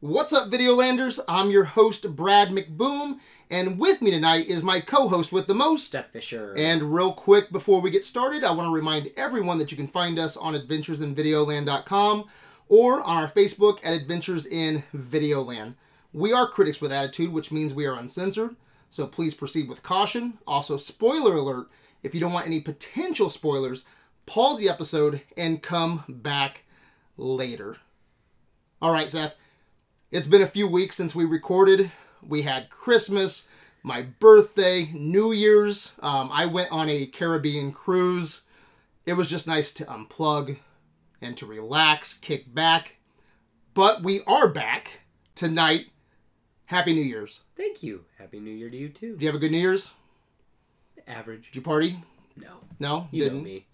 What's up, Videolanders? I'm your host, Brad McBoom, and with me tonight is my co host with the most. Step Fisher. And real quick before we get started, I want to remind everyone that you can find us on adventuresinvideoland.com or on our Facebook at Adventures in Videoland. We are critics with attitude, which means we are uncensored, so please proceed with caution. Also, spoiler alert if you don't want any potential spoilers, pause the episode and come back later. All right, Seth. It's been a few weeks since we recorded. We had Christmas, my birthday, New Year's. Um, I went on a Caribbean cruise. It was just nice to unplug and to relax, kick back. But we are back tonight. Happy New Year's. Thank you. Happy New Year to you too. Did you have a good New Year's? Average. Did you party? No. No? You know me.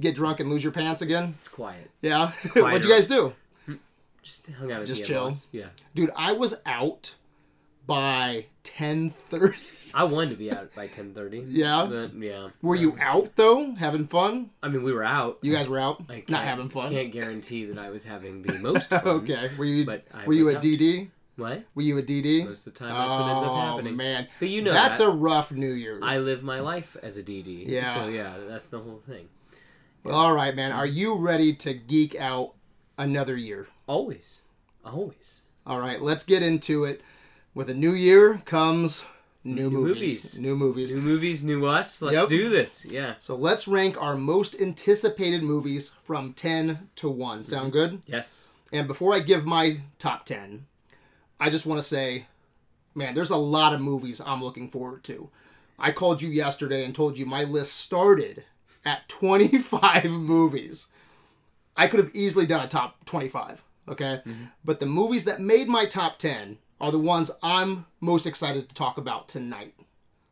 Get drunk and lose your pants again? It's quiet. Yeah. What'd you guys do? Just hung out at Just the chill. Avons. Yeah. Dude, I was out by 10:30. I wanted to be out by ten thirty. Yeah? But yeah. Were you out though? Having fun? I mean, we were out. You guys were out, I can't- not having fun. Can't guarantee that I was having the most fun. okay. Were you? But I were you was a out. DD? What? Were you a DD? Most of the time, that's what ends up happening. Oh, man, But you know that's that. a rough New Year's. I live my life as a DD. Yeah. So yeah, that's the whole thing. Well, all right, man. Are you ready to geek out another year? Always. Always. All right, let's get into it. With a new year comes new, New movies. movies. New movies. New movies, new us. Let's Yep. do this. Yeah. so let's rank our most anticipated movies from 10 to 1. Mhm. Sound good? Yes. And before I give my top 10, I just want to say, man, there's a lot of movies I'm looking forward to. I called you yesterday and told you my list started at 25 movies. I could have easily done a top 25, okay? But the movies that made my top 10 are the ones I'm most excited to talk about tonight.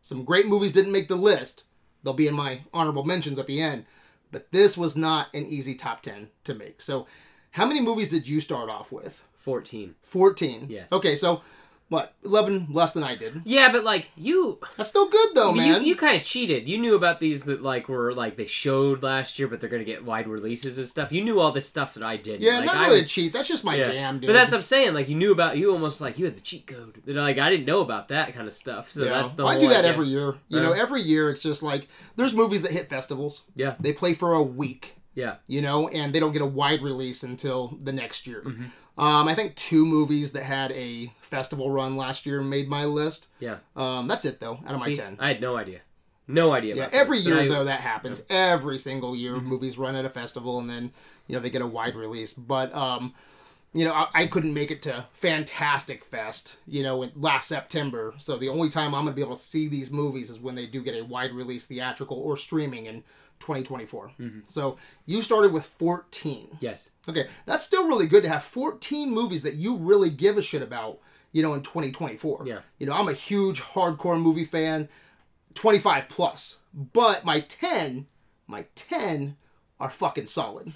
Some great movies didn't make the list, they'll be in my honorable mentions at the end. But this was not an easy top 10 to make. So, how many movies did you start off with? Fourteen. 14. Yes. Okay, so what? 11 less than I did. Yeah, but like you That's still good though, But man. You, you kind of cheated. You knew about these that like were like they showed last year, but they're gonna get wide releases and stuff. You knew all this stuff that I didn't. yeah, like, not I really a was- cheat. That's just my yeah. jam, dude. But that's what I'm saying. Like you knew about you almost like you had the cheat code. That like I didn't know about that kind of stuff. So Yeah. that's the. I whole do that idea. every year. You know, every year it's just like there's movies that hit festivals. Yeah. They play for a week, Yeah. you know, and they don't get a wide release until the next year. Mm-hmm. Um, I think two movies that had a festival run last year made my list. Yeah. Um, that's it though, out of See, my ten. I had no idea. No idea. Yeah, about every this, year but I- Mm-hmm. though that happens. Every single year, movies run at a festival and then you know they get a wide release. But um, you know, I, I couldn't make it to Fantastic Fest, you know, in, last September. So the only time I'm gonna be able to see these movies is when they do get a wide release, theatrical or streaming in 2024. Mm-hmm. So you started with 14. Yes. Okay, that's still really good to have 14 movies that you really give a shit about, you know, in 2024. Yeah. You know, I'm a huge hardcore movie fan, 25 plus. But my 10, my 10 are fucking solid.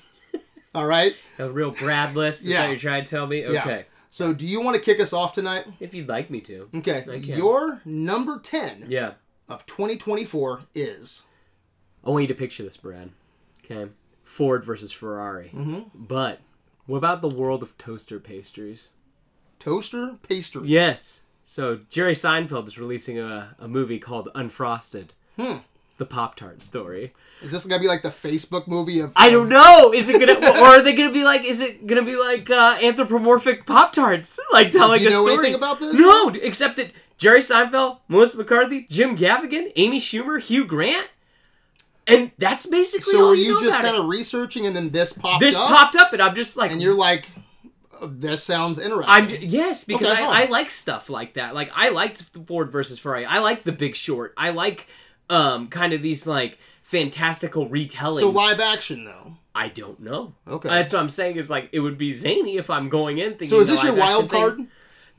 All right? A real Brad list. Is Yeah. what you're trying to tell me. Okay. So do you want to kick us off tonight? If you'd like me to. Okay. I can. Your number 10 Yeah. of 2024 is I want you to picture this, Brad. Okay. Ford versus Ferrari. But what about the world of toaster pastries? Toaster Pastries. Yes. So Jerry Seinfeld is releasing a, a movie called Unfrosted. The Pop Tart story. Is this going to be like the Facebook movie of I don't know. Is it gonna, or are they gonna be like? Is it gonna be like uh, anthropomorphic Pop Tarts, like telling you a know story? anything about this? No, except that Jerry Seinfeld, Melissa McCarthy, Jim Gaffigan, Amy Schumer, Hugh Grant, and that's basically. So all are you know just about it. kind of researching and then this popped this up? popped up and i'm just like and you're like, "Oh, this sounds interesting. i'm j- yes because Okay, huh. I, I like stuff like that like i liked ford versus ferrari i like the big short i like um kind of these like fantastical retellings so live action though. i don't know Okay. that's what i'm saying is like it would be zany if i'm going in thinking so is the this your live-action wild thing- card?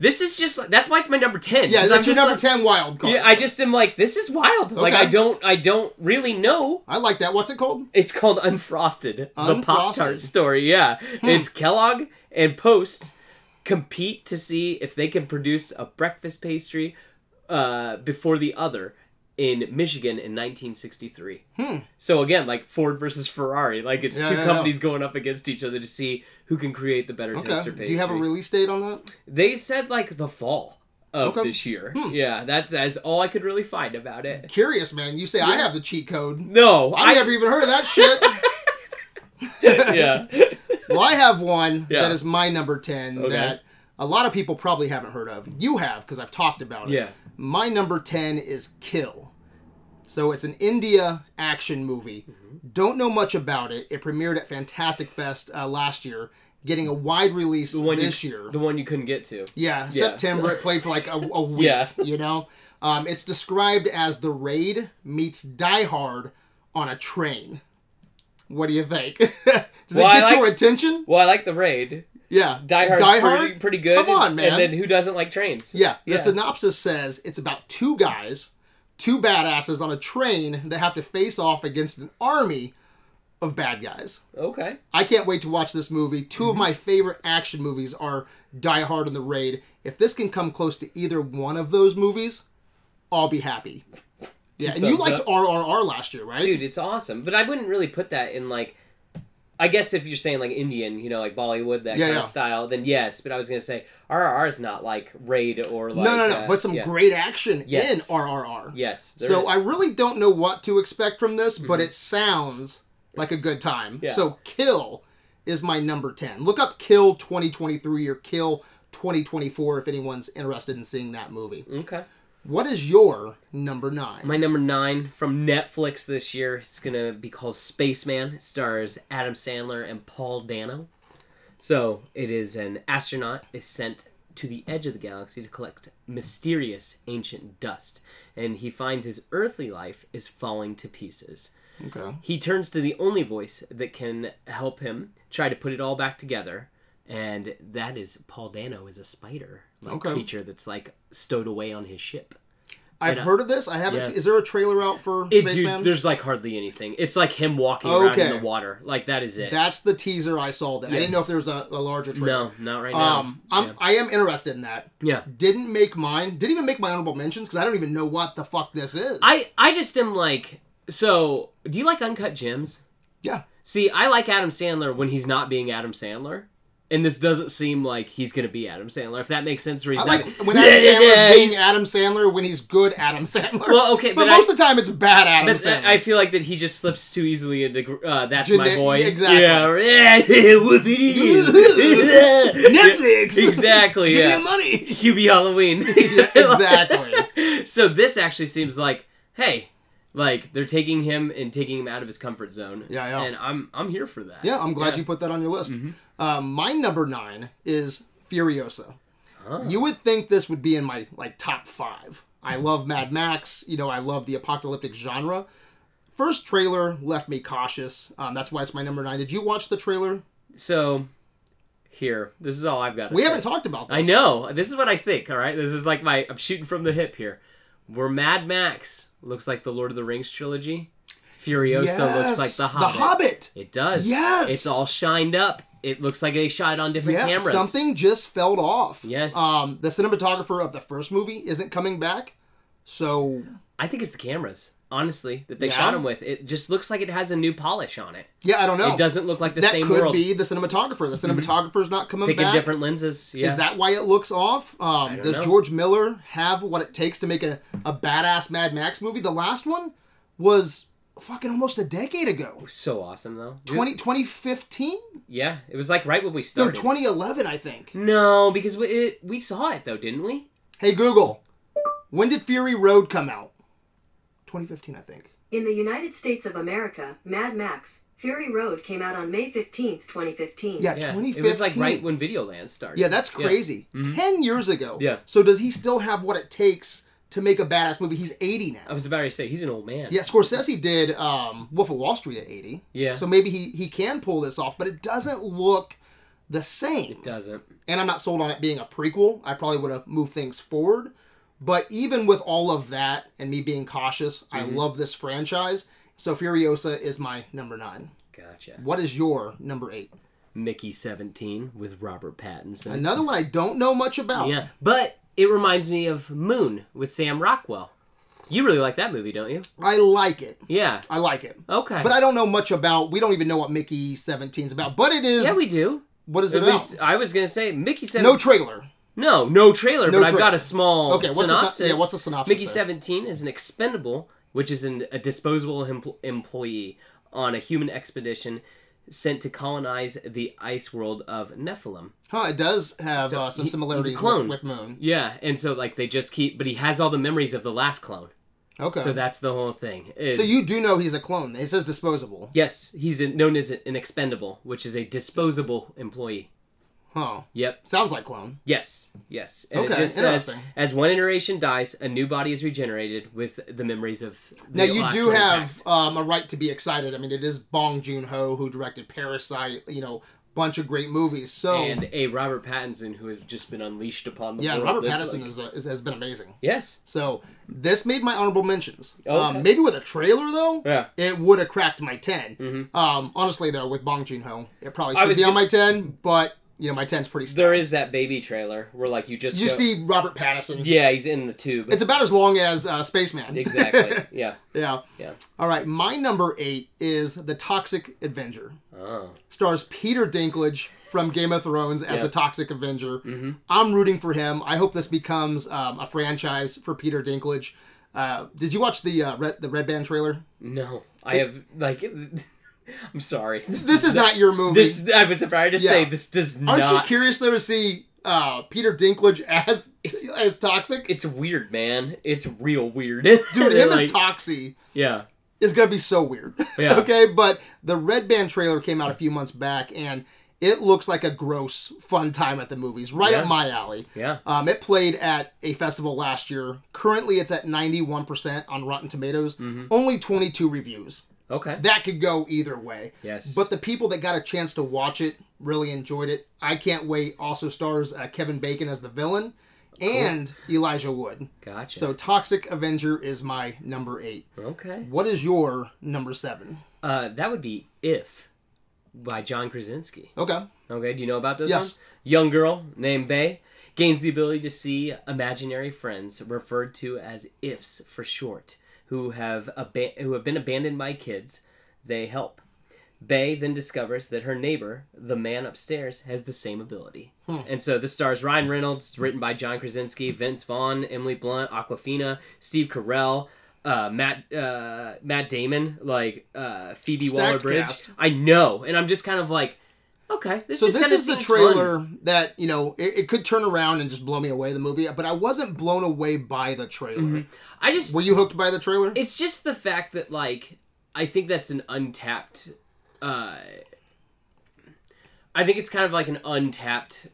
this is just like- that's why it's my number 10 Yeah, 'cause I'm that's your just number like- ten wild card. yeah, I just am like, this is wild. Like, Okay. I don't, I don't really know. I like that. What's it called? It's called Unfrosted, the Unfrosted. Hmm. Pop Tart story. Yeah, it's Kellogg and Post compete to see if they can produce a breakfast pastry uh, before the other. in Michigan in 1963. Hmm. So again, like Ford versus Ferrari, like it's Yeah, two yeah, companies going up against each other to see who can create the better Okay. toaster Do pastry. you have a release date on that? they said like the fall of Okay. Hmm. this year. Yeah, that's that's all I could really find about it. Curious, man. You say I have the cheat code. No, I I never even heard of that shit. yeah. well, I have one Yeah. that is my number 10 Okay. that a lot of people probably haven't heard of. You have because I've talked about it. Yeah. My number 10 is Kill. So it's an India action movie. Mm-hmm. Don't know much about it. It premiered at Fantastic Fest uh, last year, getting a wide release The one this you, year. The one you couldn't get to. Yeah, September. It played for like a, a week. Yeah. You know, um, it's described as the raid meets Die Hard on a train. What do you think? Does it Well, I get like- your attention? Well, I like the raid. Yeah, Die Hard's Die Hard. Pretty, pretty good. Come on, and- man. And then who doesn't like trains? Yeah, the Yeah. synopsis says it's about two guys, two badasses on a train that have to face off against an army of bad guys. Okay. I can't wait to watch this movie. 2 Mhm. of my favorite action movies are Die Hard and The Raid. If this can come close to either one of those movies, I'll be happy. Yeah, and you thumbs liked up. RRR last year, right? Dude, it's awesome. But I wouldn't really put that in like I guess if you're saying like Indian, you know, like Bollywood, that Yeah, kind yeah. of style, then yes. But I was gonna say RRR is not like raid or like no, no, no. uh, but some yeah. great action Yes. in RRR. yes. there so is. Mm-hmm. I really don't know what to expect from this, but it sounds like a good time. Yeah. So Kill is my number 10. Look up Kill 2023 or Kill 2024 if anyone's interested in seeing that movie. okay. What is your number 9? My number nine from Netflix this year. It's gonna be called Spaceman. It stars Adam Sandler and Paul Dano. So it is an astronaut is sent to the edge of the galaxy to collect mysterious ancient dust, and he finds his earthly life is falling to pieces. okay. He turns to the only voice that can help him try to put it all back together, and that is Paul Dano is a spider like Okay. creature that's like stowed away on his ship. I've And, uh, heard of this. I haven't. yeah. Seen, is there a trailer out for It- Spaceman? dude, there's like hardly anything. It's like him walking around in Okay. the water. Like that is it. That's the teaser I saw. That I didn't Yes. know if there was a, a larger trailer. no, not right now. Um, I'm, I am interested in that. yeah. Didn't make mine. Didn't even make my honorable mentions because I don't even know what the fuck this is. I I just am like so do you like uncut gems? yeah. See, I like Adam Sandler when he's not being Adam Sandler. And this doesn't seem like he's gonna be Adam Sandler, if that makes sense where he's I not like when Adam Sandler's being he's- Adam Sandler when he's good Adam Sandler. Well, okay, but, but most of the time it's bad Adam but uh, Sandler. I I feel like that he just slips too easily into gr- uh, that's my Gene- boy. exactly. Yeah, or, yeah, whoopity. Netflix. Exactly. Give yeah. me the money. Hubie Halloween. yeah, exactly. so this actually seems like, hey, like they're taking him and taking him out of his comfort zone. Yeah, yeah. And I'm I'm here for that. Yeah, I'm glad you put that on your list. Mm-hmm. Um, my number nine is Furiosa. You would think this would be in my like top five. I love Mad Max. You know, I love the apocalyptic genre. First trailer left me cautious. Um, that's why it's my number nine. Did you watch the trailer? So here, this is all I've got. To We say. haven't talked about this. I know. This is what I think. All right. This is like my. I'm shooting from the hip here. Where Mad Max looks like the Lord of the Rings trilogy, Furiosa Yes, looks like the Hobbit. The Hobbit. It does. Yes! It's all shined up. It looks like they shot it on different Yeah, cameras. something just fell off. Yes. Um, the cinematographer of the first movie isn't coming back, so I think it's the cameras, honestly, that they Yeah? shot him with. It just looks like it has a new polish on it. yeah, I don't know. It doesn't look like the Oh, that same could world. Mm-hmm. be the cinematographer. The cinematographer's not coming Picking back. different lenses. Yeah. Is that why it looks off? Um, does know. George Miller have what it takes to make a, a badass Mad Max movie? The last one was fucking almost a decade ago. so awesome though? 20, 2015? yeah, it was like right when we No, started. 2011, I think. No, because we it, we saw it though, didn't we? Hey, Google, when did Fury Road come out? 2015, I think. In the United States of America, Mad Max Fury Road came out on May 15, 2015. Yeah, Yeah, 2015. it was like right when Videoland started. Yeah, that's crazy. 10 years ago. Mm-hmm. Yeah. So does he still have what it takes to make a badass movie? He's 80 now. I was about to say he's an old man. Yeah, Scorsese did um, Wolf of Wall Street at 80. Yeah. So maybe he, he can pull this off, but it doesn't look the same. doesn't. And I'm not sold on it being a prequel. I probably would have moved things forward. But even with all of that and me being cautious, I Mm-hmm. love this franchise. So Furiosa is my number nine. Gotcha. What is your number eight? Mickey Seventeen with Robert Pattinson. Another one I don't know much about. Yeah, but it reminds me of Moon with Sam Rockwell. You really like that movie, don't you? I like it. Yeah. I like it. Okay. But I don't know much about. We don't even know what Mickey 17 is about. But it is. yeah, we do. what is it At about? least uh, I was gonna say Mickey said no trailer. No, no trailer, No but I've trailer. got a small Okay, what's the syno- synopsis. yeah, what's the synopsis Mickey there? 17 is an expendable, which is an, a disposable empl- employee on a human expedition sent to colonize the ice world of Nephilim. Huh? It does have So uh, some he- he's a similarities clone. With, with Moon. Yeah, and so like they just keep, but he has all the memories of the last clone. Okay. So So, that's the whole thing. is- you do know he's a clone. It says disposable. yes, he's in, known as an expendable, which is a disposable employee. Huh? Yep. Sounds like clone. Yes. Yes. And it Okay, just says, interesting. as one iteration dies, a new body is regenerated with the memories of. Now The you last do one have attacked. um, a right to be excited. I mean, it is Bong Joon Ho who directed Parasite. You know, bunch of great movies. So and a Robert Pattinson who has just been unleashed upon the oh. yeah, and world. Robert That's Pattinson like- is, uh, is has been amazing. yes. So this made my honorable mentions. Okay. Um, maybe with a trailer though, Yeah. Mm-hmm. it would have cracked my 10 Um, honestly though, with Bong Joon Ho, it probably I should was be on gonna- my ten. But you know, my 10's pretty. St- There is that baby trailer where like you just you go- see Robert Pattinson. Yeah, he's in the tube. It's about as long as uh, Spaceman. exactly. Yeah. yeah. Yeah. All right. My number eight is The Toxic Avenger. Oh. Stars Peter Dinklage from Game of Thrones as Yeah. Mm-hmm. the Toxic Avenger. I'm rooting for him. I hope this becomes um, a franchise for Peter Dinklage. Uh, did you watch the uh, red, the Red Band trailer? No. I have like I'm sorry. This, This is not your movie. this I was about to say Yeah. this does Aren't not you curious though to see uh, Peter Dinklage as as Toxic? It's weird, man. It's real weird. Dude, They're him like- as Toxie. Yeah. is gonna be so weird. Yeah. okay, but the Red Band trailer came out a few months back, and it looks like a gross fun time at the movies, right Yeah. up my alley. Yeah. Um, it played at a festival last year. Currently, it's at 91% on Rotten Tomatoes. Mm-hmm. Only 22 reviews. Okay. That could go either way. Yes. But the people that got a chance to watch it really enjoyed it. I Can't Wait also stars uh, Kevin Bacon as the villain and Elijah Wood. Gotcha. So Toxic Avenger is my number eight. okay. What is your number seven? Uh, that would be If by John Krasinski. Okay. Okay, do you know about this Yes. one? Young girl named Bay gains the ability to see imaginary friends, referred to as ifs for short, who have aba- who have been abandoned by kids. They help. Bay then discovers that her neighbor, the man upstairs, has the same ability. Hmm. And so this stars Ryan Reynolds, it's written by John Krasinski, Vince Vaughn, Emily Blunt, Aquafina, Steve Carell, uh, Matt uh, Matt Damon, like uh, Phoebe Stacked Waller Bridge. cast. I know, and I'm just kind of like, okay, this So just this kinda is the seems trailer fun. that you know it, it could turn around and just blow me away the movie, but I wasn't blown away by the trailer. I just Were you hooked by the trailer? Mm-hmm. it's just the fact that like I think that's an untapped uh I think it's kind of like an untapped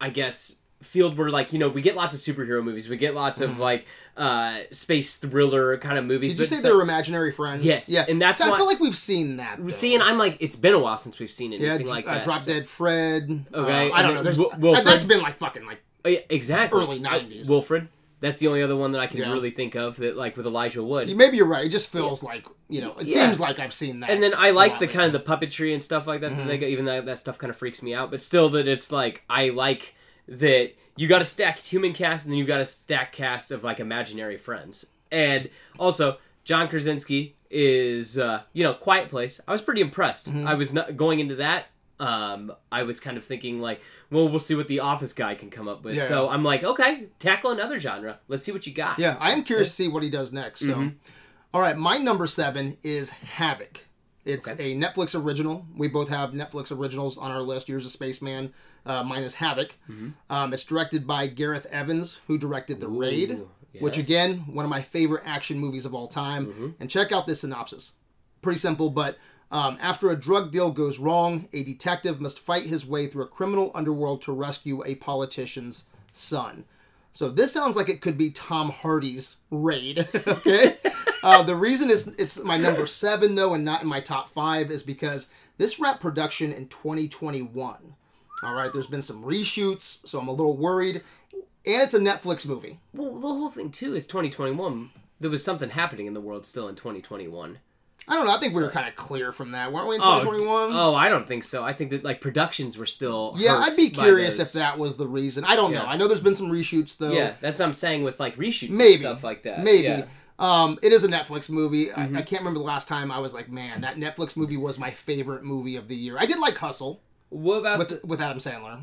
I guess field where like you know we get lots of superhero movies we get lots of like uh space thriller kind of movies Mm-hmm. Did you but say it's they were like- imaginary friends? Yes, Yeah, and that's So I why- feel like we've seen that. though. seeing I'm like it's been a while since we've seen yeah, anything like uh, that Drop so- Dead Fred. Okay, uh, I and don't then know. There's, Wil- Wilfred. that's been like fucking like Oh, yeah, exactly Early 90s. I, Wilfred that's the only other one that I can Yeah. really think of that like with Elijah Wood maybe you're right. It just feels like you know. It Yeah. seems like I've seen that. and then I like the Wow. kind of the puppetry and stuff like that. that they Mm-hmm. go even though that stuff kind of freaks me out, but still, that it's like I like that you got a stacked human cast and then you got a stacked cast of like imaginary friends. And also, John Krasinski is uh, you know Quiet Place. I was pretty impressed. Mm-hmm. I was not going into that. Um, I was kind of thinking like, well, we'll see what the Office guy can come up with. Yeah. So I'm like, okay, tackle another genre. Let's see what you got. Yeah, Mm-hmm. I am curious to see what he does next. So, All right, my number seven is Havoc. It's a Netflix original. We both have Netflix originals on our list. Yours is Spaceman, uh, mine is Havoc. Um, it's directed by Gareth Evans, who directed The Raid, which yes. again, one of my favorite action movies of all time. And check out this synopsis. Pretty simple, but um, after a drug deal goes wrong, a detective must fight his way through a criminal underworld to rescue a politician's son. So this sounds like it could be Tom Hardy's raid. Okay. uh, the reason it's it's my number seven though, and not in my top five, is because this wrapped production in 2021. All right, there's been some reshoots, so I'm a little worried. And it's a Netflix movie. Well, the whole thing too is 2021. There was something happening in the world still in 2021. I don't know. I think we were kind of clear from that, weren't we? In Oh, 2021. Oh, I don't think so. I think that like productions were still. yeah, hurt I'd be by curious those. if that was the reason. I don't know. Yeah. I know there's been some reshoots though. Yeah, that's what I'm saying with like reshoots Maybe. and stuff like that. Maybe. Uh, Yeah. Mm-hmm. Um, it is a Netflix movie. I, I can't remember the last time I was like, man, that Netflix movie was my favorite movie of the year. I did like Hustle What about the, with with Adam Sandler.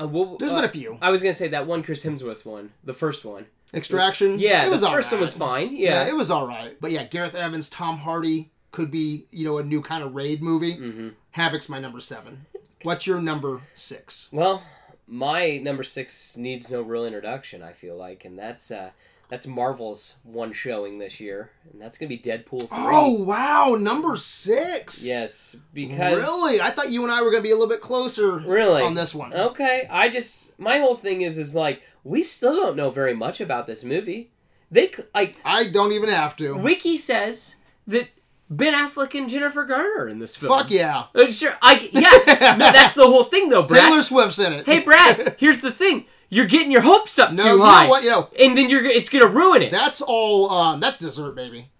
uh, what, There's uh, been a few. I was gonna say that one Chris Hemsworth one, the first one. Extraction. Yeah, it was the all first right. one was fine. Yeah. Yeah, it was all right. But yeah, Gareth Evans, Tom Hardy could be you know a new kind of raid movie. Mm-hmm. Havoc's my number seven. What's your number six? Well, my number six needs no real introduction. I feel like, and that's uh, that's Marvel's one showing this year, and that's gonna be Deadpool three. Oh wow, number six. yes, because Really? I thought you and I were gonna be a little bit closer. Really? Oh. On this one. okay, I just my whole thing is is like we still don't know very much about this movie. They c- like I don't even have to. Wiki says that Ben Affleck and Jennifer Garner are in this film. Fuck yeah. Uh, sure, I yeah. no, that's the whole thing though, Brad. Taylor Swift's in it. hey, Brad. Here's the thing: you're getting your hopes up No, you too know high, what? You know- and then you're g- it's gonna ruin it. That's all. Um, that's dessert, baby.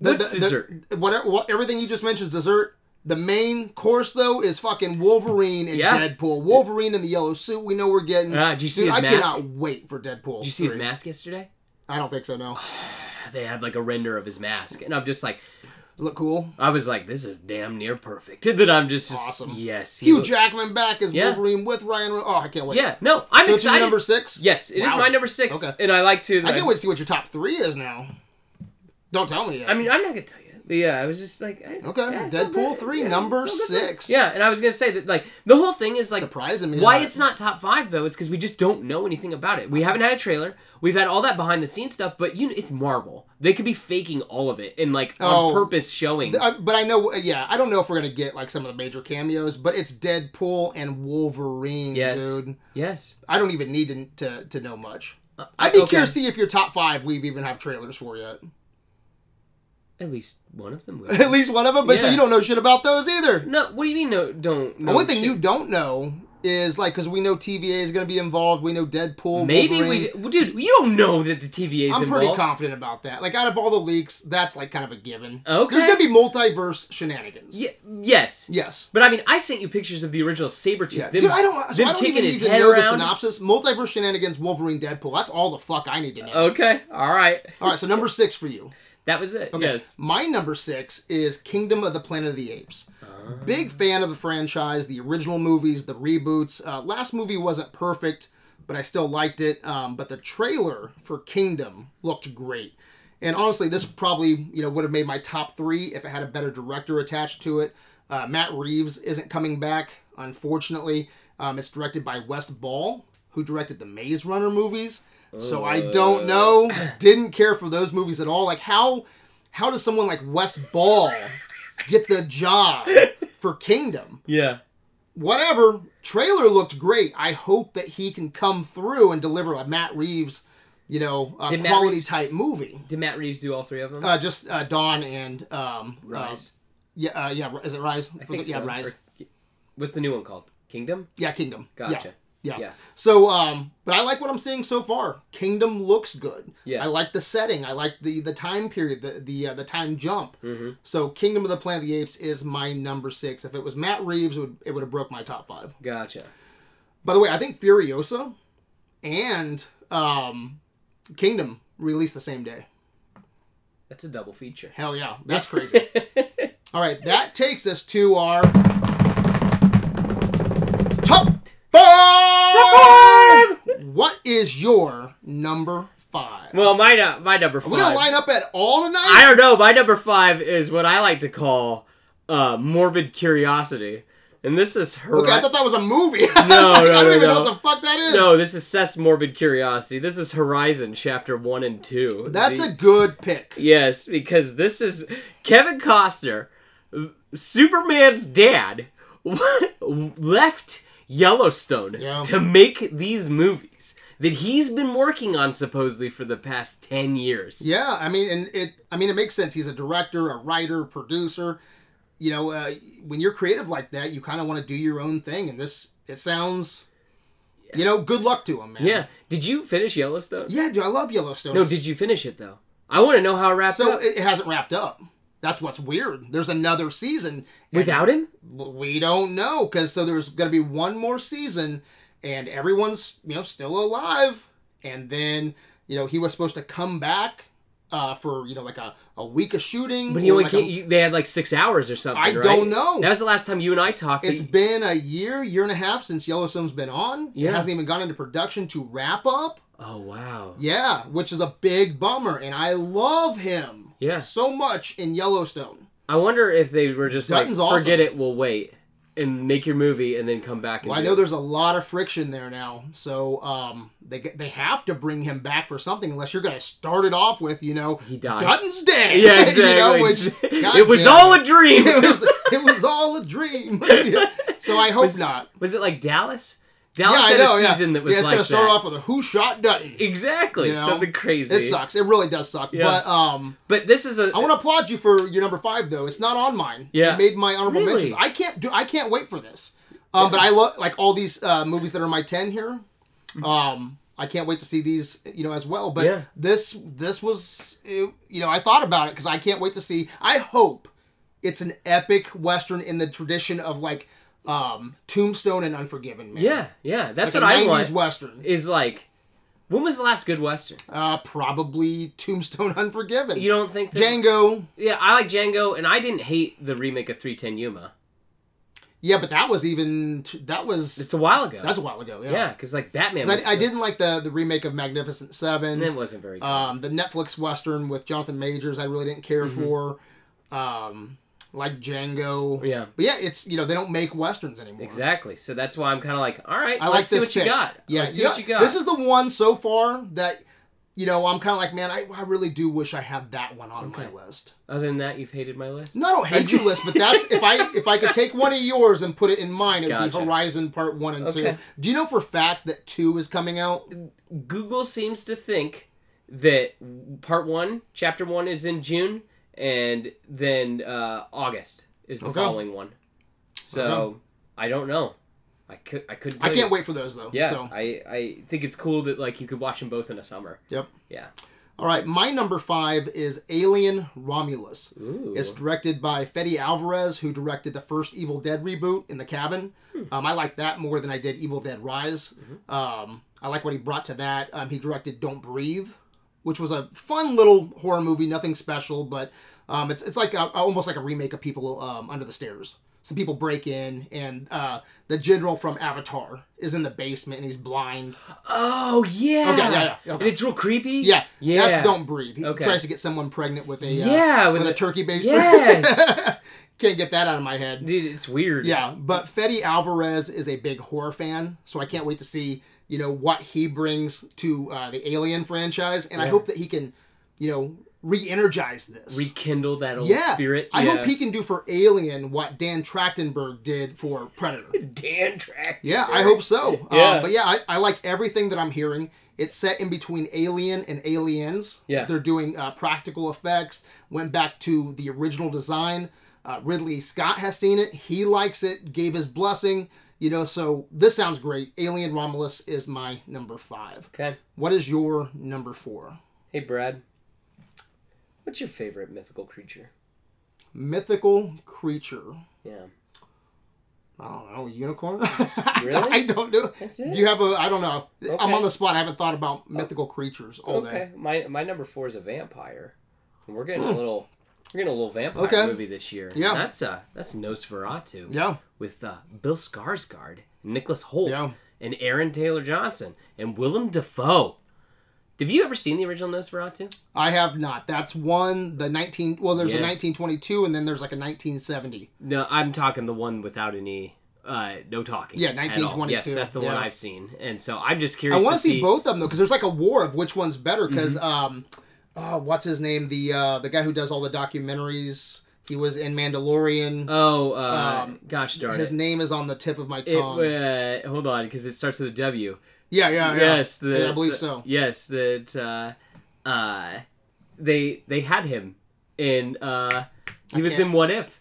The- What's the- the- dessert? what, what- everything you just mentioned is dessert. The main course though is fucking Wolverine and Yeah. Deadpool. Wolverine in the yellow suit. We know we're getting. Ah, did you see Dude, his I mask? cannot wait for Deadpool. Did you see his 3. mask yesterday? I don't think so. No. They had like a render of his mask, and I'm just like, Look cool. I was like, this is damn near perfect. And then I'm just just- Awesome. Yes, he Hugh look- Jackman back as Yeah. Wolverine with Ryan. Re- Oh, I can't wait. Yeah, no, I'm So it's your excited. number six. Yes, it is Wow. my number six, Okay. and I like to. I can't wait to see what your top three is now. Don't tell me. Yet. I mean, I'm not gonna tell you, but yeah, I was just like, I, okay. yeah, it's all Deadpool good. three, Yeah, number it's all good. six. Yeah, and I was gonna say that like the whole thing is like Surprising me. Why tonight. it's not top five though is because we just don't know anything about it. We haven't had a trailer. We've had all that behind the scenes stuff, but you, it's Marvel. They could be faking all of it and like Oh. uh, on purpose showing. I, but I know, yeah, I don't know if we're gonna get like some of the major cameos, but it's Deadpool and Wolverine, yes, dude. yes. I don't even need to to, to know much. I'd be okay. curious to see if your top five we've even have trailers for yet. At least one of them. At Will. least one of them. But so Yeah. you don't know shit about those either. no, what do you mean? No, don't. The No One thing shit? you don't know is like because we know TVA is gonna be involved. We know Deadpool. Maybe Wolverine. we, well, dude. You don't know that the TVA is I'm involved. pretty confident about that. Like out of all the leaks, that's like kind of a given. Okay. There's gonna be multiverse shenanigans. Ye- yes. Yes. But I mean, I sent you pictures of the original saber tooth. Yeah, dude, I don't. So I don't even need to know the synopsis. Multiverse shenanigans, Wolverine, Deadpool. That's all the fuck I need to know. Okay, all right. All right, so number six for you. That was it. Okay. Yes. My number six is Kingdom of the Planet of the Apes. Big fan of the franchise, the original movies, the reboots. Uh, last movie wasn't perfect, but I still liked it. Um, but the trailer for Kingdom looked great. And honestly, this probably you know would have made my top three if it had a better director attached to it. Uh, Matt Reeves isn't coming back, unfortunately. Um, it's directed by Wes Ball, who directed the Maze Runner movies. So I don't know. Didn't care for those movies at all. Like how how does someone like Wes Ball get the job for Kingdom? Yeah. Whatever. Trailer looked great. I hope that he can come through and deliver a Matt Reeves, you know, uh, Did Matt quality Reeves- type movie. Did Matt Reeves do all three of them? Uh, just uh, Dawn and um, uh, Rise. yeah, uh, yeah. Is it Rise? I think yeah, so. Rise. Or- what's the new one called? Kingdom. yeah, Kingdom. Yeah. Gotcha. Yeah. Yeah. So, um, but I like what I'm seeing so far. Kingdom looks good. Yeah. I like the setting. I like the the time period, the the uh, the time jump. Mm-hmm. So, Kingdom of the Planet of the Apes is my number six. If it was Matt Reeves, it would it would have broke my top five. Gotcha. By the way, I think Furiosa and um, Kingdom released the same day. That's a double feature. Hell yeah, that's crazy. All right, that takes us to our top five. What is your number five? Are Well, my nu- my number five. we gonna line up at all tonight? I don't know. My number five is what I like to call uh, morbid curiosity, and this is her. okay, I thought that was a movie. I, was No, like, I no, don't no, even know no. what the fuck that is. no, this is Seth's morbid curiosity. This is Horizon chapter one and two. that's The- a good pick. Yes, because this is Kevin Costner, Superman's dad, left Yellowstone Yeah. to make these movies that he's been working on supposedly for the past 10 years. Yeah, I mean, and it. I mean, it makes sense. He's a director, a writer, producer. You know, uh, when you're creative like that, you kind of want to do your own thing, and this it sounds. You know, good luck to him, man. Yeah. Did you finish Yellowstone? Yeah, dude, I love Yellowstone. No, It's- did you finish it though? I want to know how it wrapped So up it it hasn't wrapped up. That's what's weird. There's another season. and without him. we don't know because so there's going to be one more season, and everyone's you know still alive. And then you know he was supposed to come back uh, for you know like a, a week of shooting. But he or only like came, a- you- they had like six hours or something. I right? don't know. That was the last time you and I talked. It's but- been a year, year and a half since Yellowstone's been on. Yeah. It hasn't even gone into production to wrap up. oh wow. Yeah, which is a big bummer. And I love him Yeah. so much in Yellowstone. I wonder if they were just Dutton's like, awesome. forget it, we'll wait and make your movie and then come back. And Well, I do know it. there's a lot of friction there now, so um, they get- they have to bring him back for something, unless you're gonna start it off with, you know, he dies. Dutton's dead. Yeah, exactly. you know, which, it was goddamn, all a dream. it was, it was all a dream. so I hope Was- not. Was it like Dallas? Yeah, Dallas I had know. a Yeah, season that was yeah, it's like gonna start that. off with a who shot Dutton. exactly you know? something crazy. It sucks. It really does suck. Yeah. But um, But this is a I want to applaud you for your number five though. It's not on mine. Yeah. it made my honorable Really? mentions. I can't do. I can't wait for this. Um, but I love like all these uh, movies that are my ten here. Um, I can't wait to see these, you know, as well. But Yeah. this this was, it, you know, I thought about it because I can't wait to see. I hope it's an epic western in the tradition of like um, Tombstone and Unforgiven. Man. yeah, yeah. That's like a what I 90s want. western. Is like, when was the last good western? Uh, probably Tombstone Unforgiven. You don't think that, Django. Yeah, I like Django, and I didn't hate the remake of Three Ten Yuma. Yeah, but that was even t- that was It's a while ago. that's a while ago. Yeah, yeah, because like Batman. 'Cause I- was I, didn't like the the remake of Magnificent And it Seven. wasn't very good. Um, the Netflix western with Jonathan Majors, I really didn't care Mm-hmm. for. Um, like Django. Oh, Yeah. but yeah, it's you know they don't make westerns anymore. exactly. So that's why I'm kind of like, all right, I let's like see this what you pick. got. Yeah, let's see yeah, what you got. This is the one so far that you know I'm kind of like, man, I, I really do wish I had that one on my list. Other than that, you've hated my list. No, I don't hate your list, but that's if I if I could take one of yours and put it in mine, it would Gotcha. be Horizon Part One and Okay. Two. Do you know for a fact that two is coming out? Google seems to think that part one, chapter one, is in June, and then uh, August is the Okay. following one. So Okay. I don't know. I could. I could. I can't wait for those though. Yeah, So I I think it's cool that like you could watch them both in a summer. yep. Yeah. All right, my number five is Alien Romulus. Ooh. It's directed by Fede Alvarez, who directed the first Evil Dead reboot in the cabin. Hmm. Um, I like that more than I did Evil Dead Rise. Mm-hmm. Um, I like what he brought to that. Um, he directed Don't Breathe, which was a fun little horror movie, nothing special, but um, it's it's like a, almost like a remake of People um, Under the Stairs. Some people break in, and uh, the general from Avatar is in the basement, and he's blind. oh yeah. Okay, yeah, yeah, okay. And it's real creepy. Yeah, Yeah. that's Don't Breathe. He Okay. tries to get someone pregnant with a uh, Yeah, with, with a, a- turkey baster. Yes. Can't get that out of my head. Dude, it's weird. Yeah, but Fede Alvarez is a big horror fan, so I can't wait to see you know what he brings to uh, the Alien franchise, and I hope that he can you know re-energize this. Rekindle that old yeah, spirit. I yeah. hope he can do for Alien what Dan Trachtenberg did for Predator. Dan track. Yeah, I hope so. Yeah. Um, but yeah, I, I like everything that I'm hearing. It's set in between Alien and Aliens. Yeah. They're doing uh, practical effects, went back to the original design. Uh, Ridley Scott has seen it. He likes it, gave his blessing. You know, so this sounds great. Alien Romulus is my number five. Okay. What is your number four? Hey Brad. What's your favorite mythical creature? Mythical creature. Yeah. I don't know, unicorn? I don't- Really? I don't know. That's Do you have a, I don't know. I'm Okay. on the spot. I haven't thought about mythical creatures all day. Okay, my my number four is a vampire, and we're getting a little we're getting a little vampire Okay. movie this year. Yeah. that's uh that's Nosferatu. Yeah. with uh, Bill Skarsgård, Nicholas Holt, Yeah. and Aaron Taylor Johnson, and Willem Dafoe. Have you ever seen the original Nosferatu? I have not. That's one the nineteen. Well, there's a Yeah. 1922, and then there's like a 1970. No, I'm talking the one without any. Uh, no talking. Yeah, at all. 1922, Yes, that's the one yeah. I've seen, and so I'm just curious. I want to to see both of them though, because there's like a war of which one's better. Because Mm-hmm. um, oh, what's his name? The uh, the guy who does all the documentaries. He was in Mandalorian. Oh, uh, Um, gosh darn his it! name is on the tip of my It, tongue. uh, hold on, because it starts with a W. yeah, yeah, yeah. yes, Yeah, that, I believe that- so. Yes, that uh, uh, they they had him in. Uh, he was can't- in What If.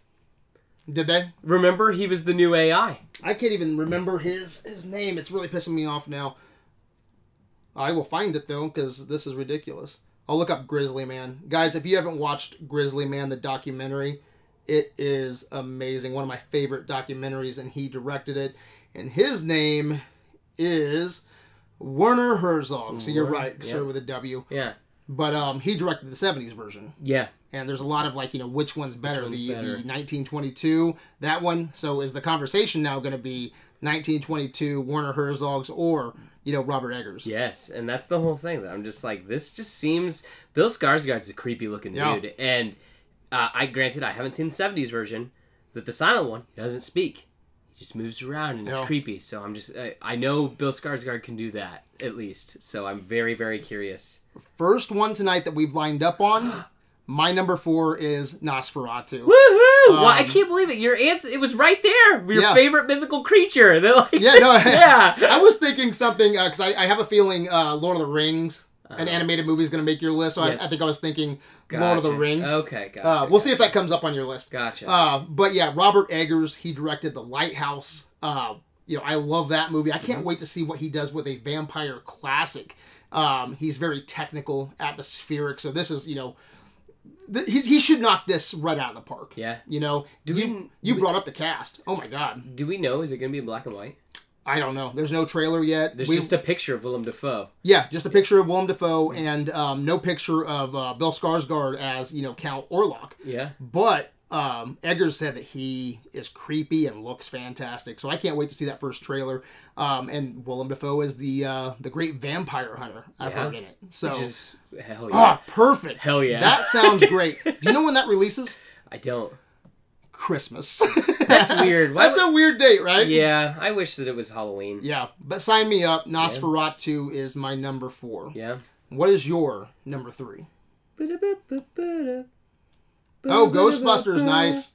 Did they? Remember, he was the new AI. I can't even remember his his name. It's really pissing me off now. I will find it though, because this is ridiculous. I'll look up Grizzly Man, guys. If you haven't watched Grizzly Man, the documentary, it is amazing. One of my favorite documentaries, and he directed it. And his name is Werner Herzog. So you're Werner, right, yeah. sir, with a W. Yeah, but um, he directed the 70s version. Yeah. And there's a lot of like, you know, which one's better? one's the, better? the 1922, that one. So is the conversation now going to be 1922, Warner Herzog's, or, you know, Robert Eggers? Yes, and that's the whole thing. I'm just like, this just seems. Bill Skarsgård's a creepy looking Yeah. dude, and uh, I granted I haven't seen the '70s version, but the silent one he doesn't speak. He just moves around and Yeah. it's creepy. So I'm just, I, I know Bill Skarsgård can do that at least. So I'm very, very curious. First one tonight that we've lined up on, my number four is Nosferatu. Woohoo! Why I Um, can't believe it. Your answer, it was right there. Your Yeah. favorite mythical creature. They're like, Yeah, no, yeah. I was thinking something because I, I have a feeling uh, Lord of the Rings, an animated movie, is going to make your list. So Uh-huh. Yes. I, I think I was thinking Lord of the Gotcha. Rings. Okay, gotcha. Uh, we'll gotcha. see if that comes up on your list. Gotcha. Uh, but yeah, Robert Eggers, he directed The Lighthouse. Uh, you know, I love that movie. I Mhm. can't wait to see what he does with a vampire classic. Um, he's very technical, atmospheric. So this is, you know, th- he's, he should knock this right out of the park. Yeah. You know, Do you, we- you brought up the cast. Oh my God. Do we know? Is it going to be in black and white? I don't know. There's no trailer yet. There's We- just a picture of Willem Dafoe. Yeah, just a picture of Willem Dafoe and um, no picture of uh, Bill Skarsgård as you know Count Orlok. Yeah. But um, Eggers said that he is creepy and looks fantastic, so I can't wait to see that first trailer. Um, and Willem Dafoe is the uh, the great vampire hunter I've Yeah. heard in it. So Which is- hell yeah. ah, perfect. Hell yeah. that sounds great. Do you know when that releases? I don't. Christmas. That's weird. Why That's a weird date, right? yeah, I wish that it was Halloween. Yeah. Yeah, but sign me up. Nosferatu is my number four. yeah. What is your number three? Oh, Ghostbusters, nice.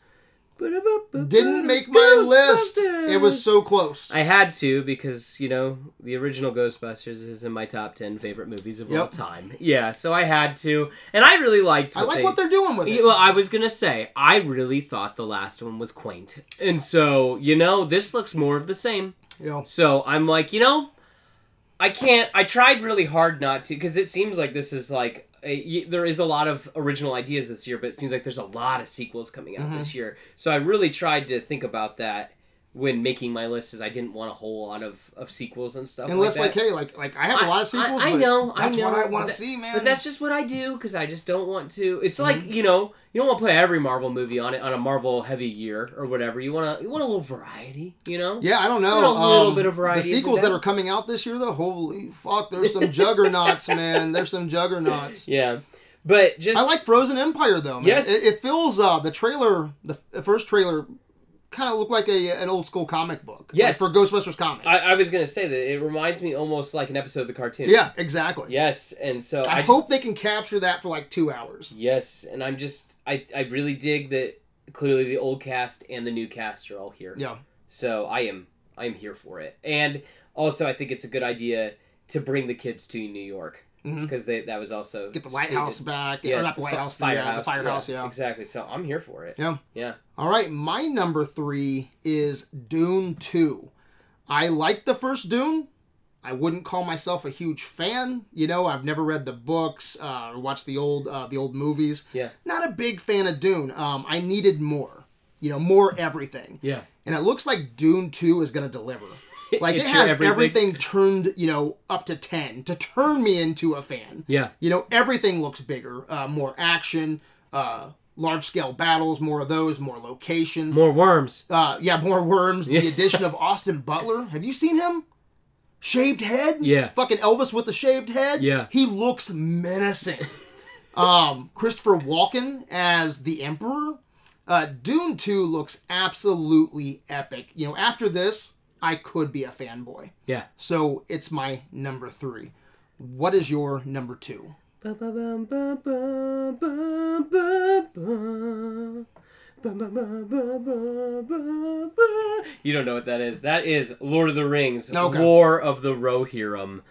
Didn't make my list. It was so close. I had to because you know the original Ghostbusters is in my top ten favorite movies of all Yep. time. Yeah, so I had to, and I really liked. I like what they're doing with Yeah, it. well, I was gonna say I really thought the last one was quaint, and so you know this looks more of the same. You know, So I'm like, you know, I can't. I tried really hard not to because it seems like this is like a, y- there is a lot of original ideas this year, but it seems like there's a lot of sequels coming out this Mm-hmm. year. So I really tried to think about that when making my list, is I didn't want a whole lot of of sequels and stuff. Unless like, like, that. hey, like like I have a I- lot of sequels. I, I but know. That's I know, what I but want that- to see, man. Mm-hmm. But that's just what I do because I just don't want to. It's like you know, you don't want to put every Marvel movie on it on a Marvel heavy year or whatever. You want to you want a little variety, you know? yeah, I don't know. a little um, bit of variety The isn't sequels that bad. are coming out this year, though, holy fuck, there's some juggernauts, man. There's some juggernauts. Yeah. But just I like Frozen Empire though. Man. Yes. it, it feels uh the trailer, the, the first trailer, kind of looked like a an old school comic book. Yes. like for Ghostbusters comic. I, I was gonna say that it reminds me almost like an episode of the cartoon. yeah, exactly. Yes, and so I, I, just- hope they can capture that for like two hours. yes, and I'm just I I really dig that clearly the old cast and the new cast are all here. Yeah, So I am I am here for it, and also I think it's a good idea to bring the kids to New York Mhm. because they that was also get the stated- lighthouse back. Yeah, Yes, or not the fi- lighthouse, the, uh, the firehouse. yeah. exactly. So I'm here for it. Yeah. yeah. All right, my number three is Dune 2. I liked the first Dune. I wouldn't call myself a huge fan. You know, I've never read the books uh, or watched the old uh, the old movies. Yeah. Not a big fan of Dune. Um, I needed more. You know, more everything. Yeah. And it looks like Dune 2 is going to deliver. Like it It's your has everything. everything turned, you know, up to 10 to turn me into a fan. Yeah. You know, everything looks bigger, uh, more action, uh, large scale battles, more of those, more locations. More worms. uh, yeah, more worms. Yeah. The addition of Austin Butler. Have you seen him? Shaved head? Yeah. Fucking Elvis with the shaved head? Yeah. He looks menacing. um, Christopher Walken as the Emperor. Uh, Dune 2 looks absolutely epic. You know, after this, I could be a fanboy. Yeah. So it's my number three. What is your number two? You don't know what that is. That is Lord of the Rings, Okay. War of the Rohirrim.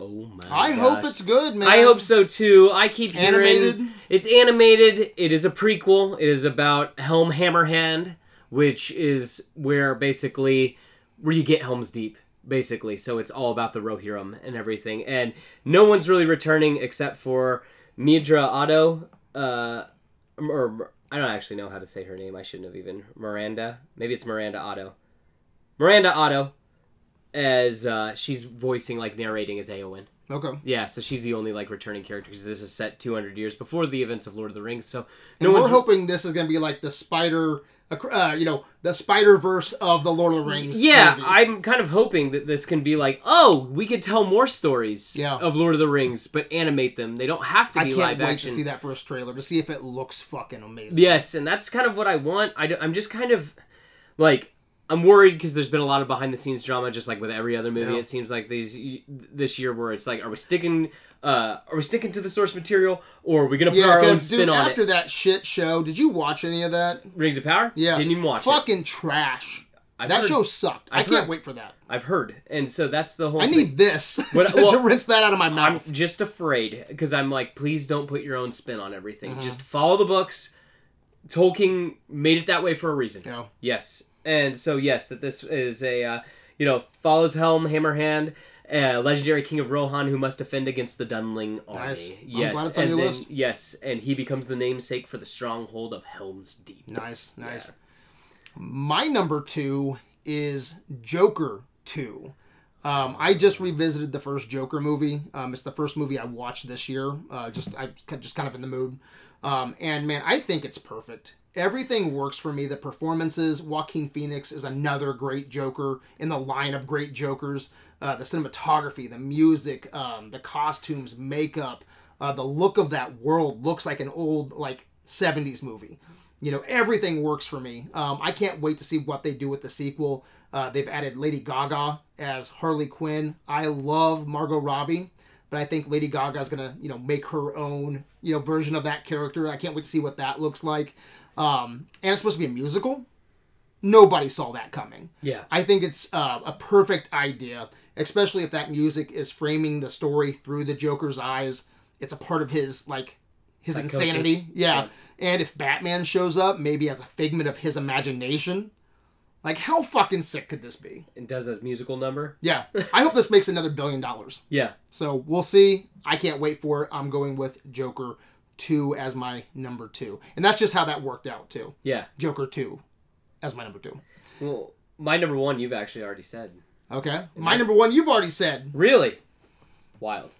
Oh my! I hope gosh. it's good, man. I hope so too. I keep hearing Animated? it's animated. It is a prequel. It is about Helm Hammerhand, which is where basically where you get Helm's Deep, basically. So it's all about the Rohirrim and everything. And no one's really returning except for Midra Otto, uh, or I don't actually know how to say her name. I shouldn't have even Miranda. Maybe it's Miranda Otto. Miranda Otto as uh, she's voicing like narrating as Aowen. Okay. Yeah, so she's the only like returning character because this is set 200 years before the events of Lord of the Rings. So And no we're one's hoping this is going to be like the spider, uh, you know, the Spider Verse of the Lord of the Rings. Yeah, movies. I'm kind of hoping that this can be like, oh, we could tell more stories Yeah. of Lord of the Rings, but animate them. They don't have to I be can't live wait action. to see that first trailer to see if it looks fucking amazing. Yes, and that's kind of what I want. I am just kind of like I'm worried because there's been a lot of behind the scenes drama, just like with every other movie. Yeah. It seems like these this year where it's like, are we sticking? Uh, are we sticking to the source material, or are we gonna put Yeah, our own because spin dude, on after it? that shit show, did you watch any of that? Rings of Power. Yeah, didn't even watch it. Fucking trash. I've that heard, show sucked. I I've can't heard. wait for that. I've heard, and so that's the whole. I thing. need this What- to, to well, rinse that out of my I'm mouth. just afraid because I'm like, please don't put your own spin on everything. Mm-hmm. Just follow the books. Tolkien made it that way for a reason. you know, Yes, and so yes, that this is a uh, you know follows Helm Hammerhand, uh, legendary king of Rohan who must defend against the Dunling army. Nice. I'm Yes, glad it's on and your then, list. Yes, and he becomes the namesake for the stronghold of Helm's Deep. nice, nice. My number two is Joker two. Um, I just revisited the first Joker movie. Um, it's the first movie I watched this year. Uh, just I just kind of in the mood, um, and man, I think it's perfect. Everything works for me. The performances. Joaquin Phoenix is another great Joker in the line of great Jokers. Uh, the cinematography, the music, um, the costumes, makeup, uh, the look of that world looks like an old like '70s movie. You know, everything works for me. Um, I can't wait to see what they do with the sequel. Uh, they've added Lady Gaga as Harley Quinn. I love Margot Robbie, but I think Lady Gaga's gonna, you know, make her own, you know, version of that character. I can't wait to see what that looks like. Um, and it's supposed to be a musical. Nobody saw that coming. Yeah. I think it's uh, a perfect idea, especially if that music is framing the story through the Joker's eyes. It's a part of his like his Psychosis. insanity. Yeah. And if Batman shows up, maybe as a figment of his imagination. Like how fucking sick could this be? And does a musical number. Yeah. I hope this makes another billion dollars. Yeah. So we'll see. I can't wait for it. I'm going with Joker 2 as my number 2. And that's just how that worked out too. Yeah. Joker 2 as my number 2. Well, my number one you've actually already said. Okay. My number 1 you've already said. Really, wild.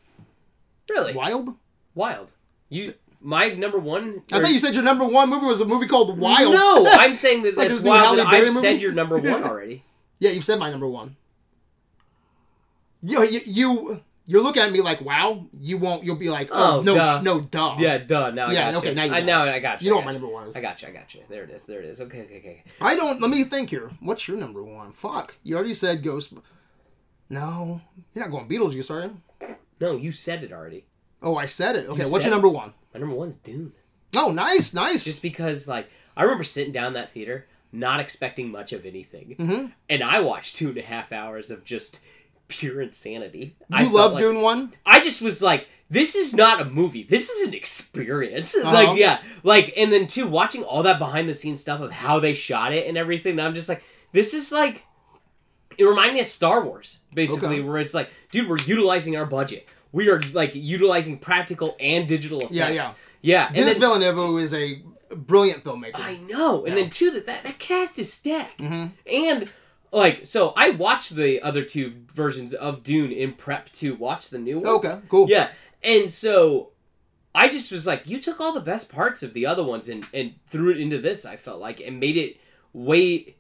Really Wild? wild. You my number one. I or- thought you said your number one movie was a movie called Wild. No, I'm saying this. Like it's this new wild. Halle that Berry I've said movie? your number one already. yeah, you've said my number one. You, you, you you're looking at me like, wow. You won't. You'll be like, oh, Oh, no, duh. no, duh. Yeah, duh. Now Yeah, I got okay, you. now you I, know. now I got you. You know I what my got you. number one is. I got you. I got you. There it is. There it is. Okay, okay, okay. I don't. Let me think here. What's your number one? Fuck. You already said Ghost. No, you're not going Beetlejuice, are you? No, you said it already. Oh, I said it. Okay, You what's said your number one? My number one's Dune. Oh, nice, nice. Just because, like, I remember sitting down in that theater, not expecting much of anything, Mm-hmm. and I watched two and a half hours of just pure insanity. I you felt love like- Dune one. I just was like, this is not a movie. This is an experience. Uh-huh. Like, yeah. Like, and then, too, watching all that behind the scenes stuff of how they shot it and everything, I'm just like, this is like, it reminded me of Star Wars, basically, Okay. where it's like, dude, we're utilizing our budget. We are, like, utilizing practical and digital effects. Yeah, Yeah, yeah. yeah. Dennis and then, Villeneuve is a brilliant filmmaker. I know. And then, too, that, that, that cast is stacked. Mm-hmm. And, like, so I watched the other two versions of Dune in prep to watch the new one. okay, cool. Yeah. And so I just was like, you took all the best parts of the other ones and, and threw it into this, I felt like, and made it way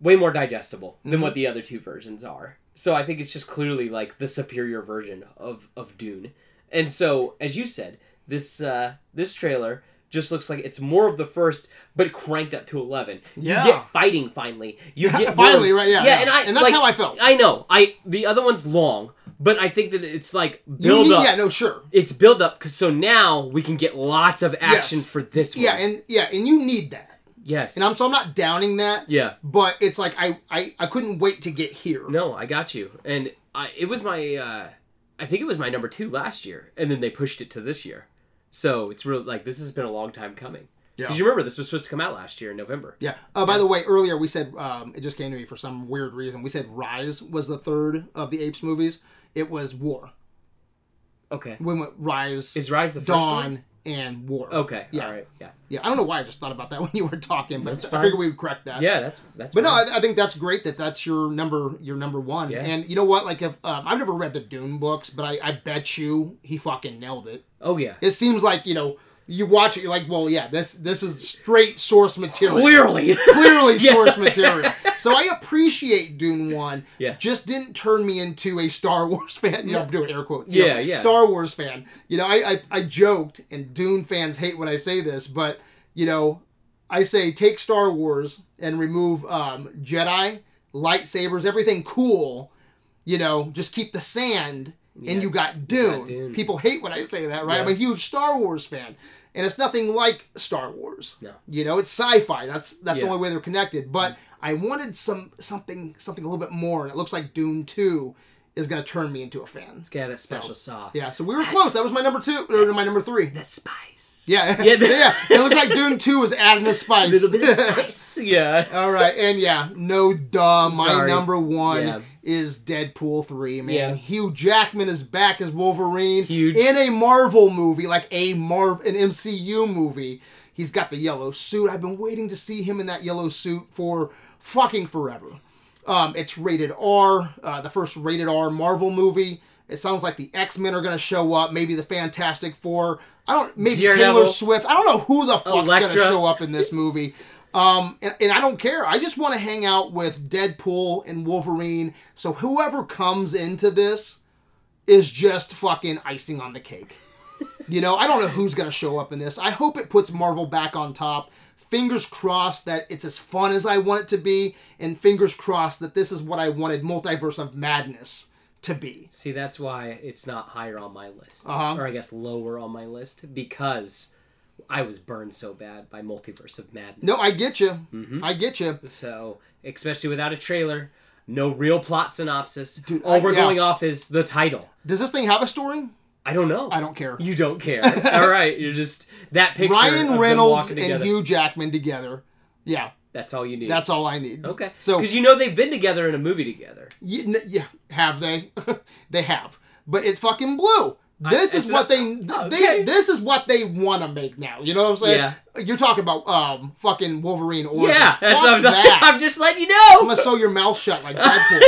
way more digestible Mm-hmm. than what the other two versions are. So I think it's just clearly like the superior version of, of Dune. And so, as you said, this uh, this trailer just looks like it's more of the first, but cranked up to eleven. Yeah. You get fighting finally. You get Finally, villains. right, yeah, Yeah, yeah. and I And that's like, how I felt. I know. I the other one's long, but I think that it's like you build need, up. yeah, no, sure. It's build up, 'cause- so now we can get lots of action Yes. for this one. Yeah, and yeah, and you need that. yes, And I'm so I'm not downing that. yeah. But it's like I I, I couldn't wait to get here. No, I got you. And I, it was my, uh, I think it was my number two last year, and then they pushed it to this year. So it's real like this has been a long time coming. Yeah. Because you remember this was supposed to come out last year in November. Yeah. Uh, by the way, earlier we said um, it just came to me for some weird reason. We said Rise was the third of the Apes movies. It was War. Okay. We went Rise, Is Rise the first Dawn, one? and war. Okay. Yeah. All right. Yeah. Yeah, I don't know why I just thought about that when you were talking, but That's I fine. figured we would correct that. Yeah. That's that's. But no, fine. I, I think that's great that that's your number, your number one. Yeah. And you know what? Like, if um, I've never read the Dune books, but I, I bet you he fucking nailed it. oh yeah. It seems like you know you watch it, you're like, well, yeah, this this is straight source material, Clearly. clearly Yeah. source material. So I appreciate Dune One. Yeah. just didn't turn me into a Star Wars fan. You know, I'm doing air quotes. you Yeah, know, yeah. Star Wars fan. You know, I, I I joked, and Dune fans hate when I say this, but you know, I say take Star Wars and remove um, Jedi lightsabers, everything cool. You know, just keep the sand, Yeah. and you got Dune. Dune. People hate when I say that, right? I'm Yeah. a huge Star Wars fan, and it's nothing like Star Wars. No. You know, it's sci-fi. That's that's the Yeah. only way they're connected. But I wanted some something something a little bit more, and it looks like Dune Two is going to turn me into a fan. It's got that special sauce. Yeah, so we were close. That was my number two, or my number three. That spice. Yeah, yeah, Yeah. It looks like Dune Two is adding a spice. A little bit of spice. yeah. All right, and yeah, no duh. My Sorry. number one Yeah. is Deadpool three. Man, Yeah. Hugh Jackman is back as Wolverine. Huge. in a Marvel movie, like a Marv, an MCU movie. He's got the yellow suit. I've been waiting to see him in that yellow suit for fucking forever. Um, it's rated R, uh, the first rated R Marvel movie. It sounds like the X Men are going to show up. Maybe the Fantastic Four. I don't. Maybe Taylor Daredevil. Swift. I don't know who the fuck's going to Elektra. show up in this movie. Um, and, and I don't care. I just want to hang out with Deadpool and Wolverine. So whoever comes into this is just fucking icing on the cake. you know, I don't know who's going to show up in this. I hope it puts Marvel back on top. Fingers crossed that it's as fun as I want it to be, and fingers crossed that this is what I wanted Multiverse of Madness to be. See, that's why it's not higher on my list, Uh-huh. or I guess lower on my list because I was burned so bad by Multiverse of Madness. No, I get you. I get you. so especially without a trailer, no real plot synopsis. Dude, All I- we're yeah. going off is the title. Does this thing have a story? I don't know. I don't care. You don't care. All right, you're just that picture. of Ryan them Reynolds walking and together. Hugh Jackman together. Yeah, That's all you need. that's all I need. okay. So- So because you know they've been together in a movie together. Y- n- yeah, have they? they have, but it's fucking blue. This I- is it's what not- they, Oh, th- they okay. this is what they want to make now. You know what I'm saying? Yeah. You're talking about um fucking Wolverine or yeah, that's what I'm, that. I'm just letting you know. I'm gonna sew your mouth shut like Deadpool.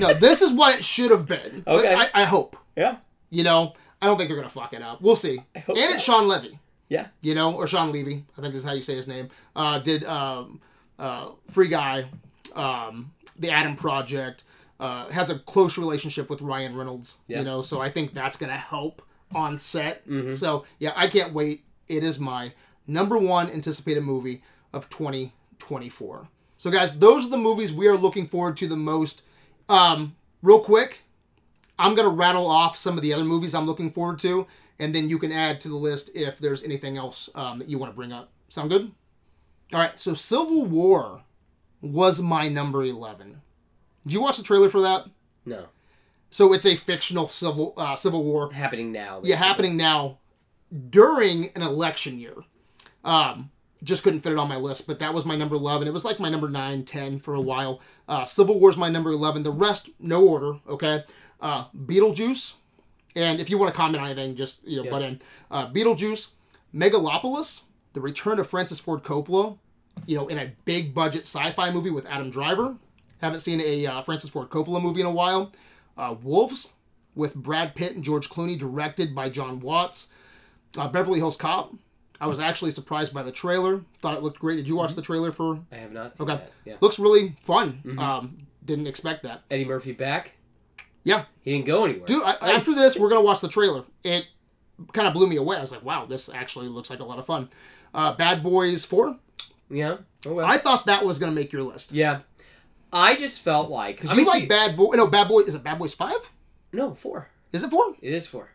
no, this is what it should have been. But Okay. I, I hope. yeah, You know, I don't think they're gonna fuck it up. We'll see. And hope it's Sean Levy yeah. you know, or Sean Levy, I think is how you say his name, uh, did um, uh, Free Guy, um, The Adam Project, uh, has a close relationship with Ryan Reynolds, Yeah. you know, so I think that's going to help on set. So, yeah, I can't wait. It is my number one anticipated movie of 2024. So, guys, those are the movies we are looking forward to the most. Um, real quick, I'm gonna rattle off some of the other movies I'm looking forward to, and then you can add to the list if there's anything else um, that you want to bring up. Sound good? All right. So Civil War was my number eleven. Did you watch the trailer for that? No, So it's a fictional civil uh, Civil War. happening now. Yeah, happening now during an election year. Um, just couldn't fit it on my list, but that was my number 11. It was like my number 9, 10 for a while. Uh, Civil War's my number 11. The rest, no order, okay? Uh, Beetlejuice, and if you want to comment on anything, just, you know, butt in. Uh, Beetlejuice, Megalopolis, The Return of Francis Ford Coppola, you know, in a big budget sci fi movie with Adam Driver. Haven't seen a uh, Francis Ford Coppola movie in a while. Uh, Wolves, with Brad Pitt and George Clooney, directed by John Watts. Uh, Beverly Hills Cop. I was actually surprised by the trailer. Thought it looked great. Did you watch the trailer for? I have not seen Okay. that. Yeah. Looks really fun. Mm-hmm. Um, didn't expect that. Eddie Murphy back. Yeah, He didn't go anywhere. dude. I, after this, we're gonna watch the trailer. It kind of blew me away. I was like, wow, this actually looks like a lot of fun. Uh, Bad Boys Four. yeah. Oh well. I thought that was gonna make your list. yeah. I just felt like I Cause mean, you like he- Bad Boy. No, Bad Boy. Is it Bad Boys Five? no four. Is it four? It is four.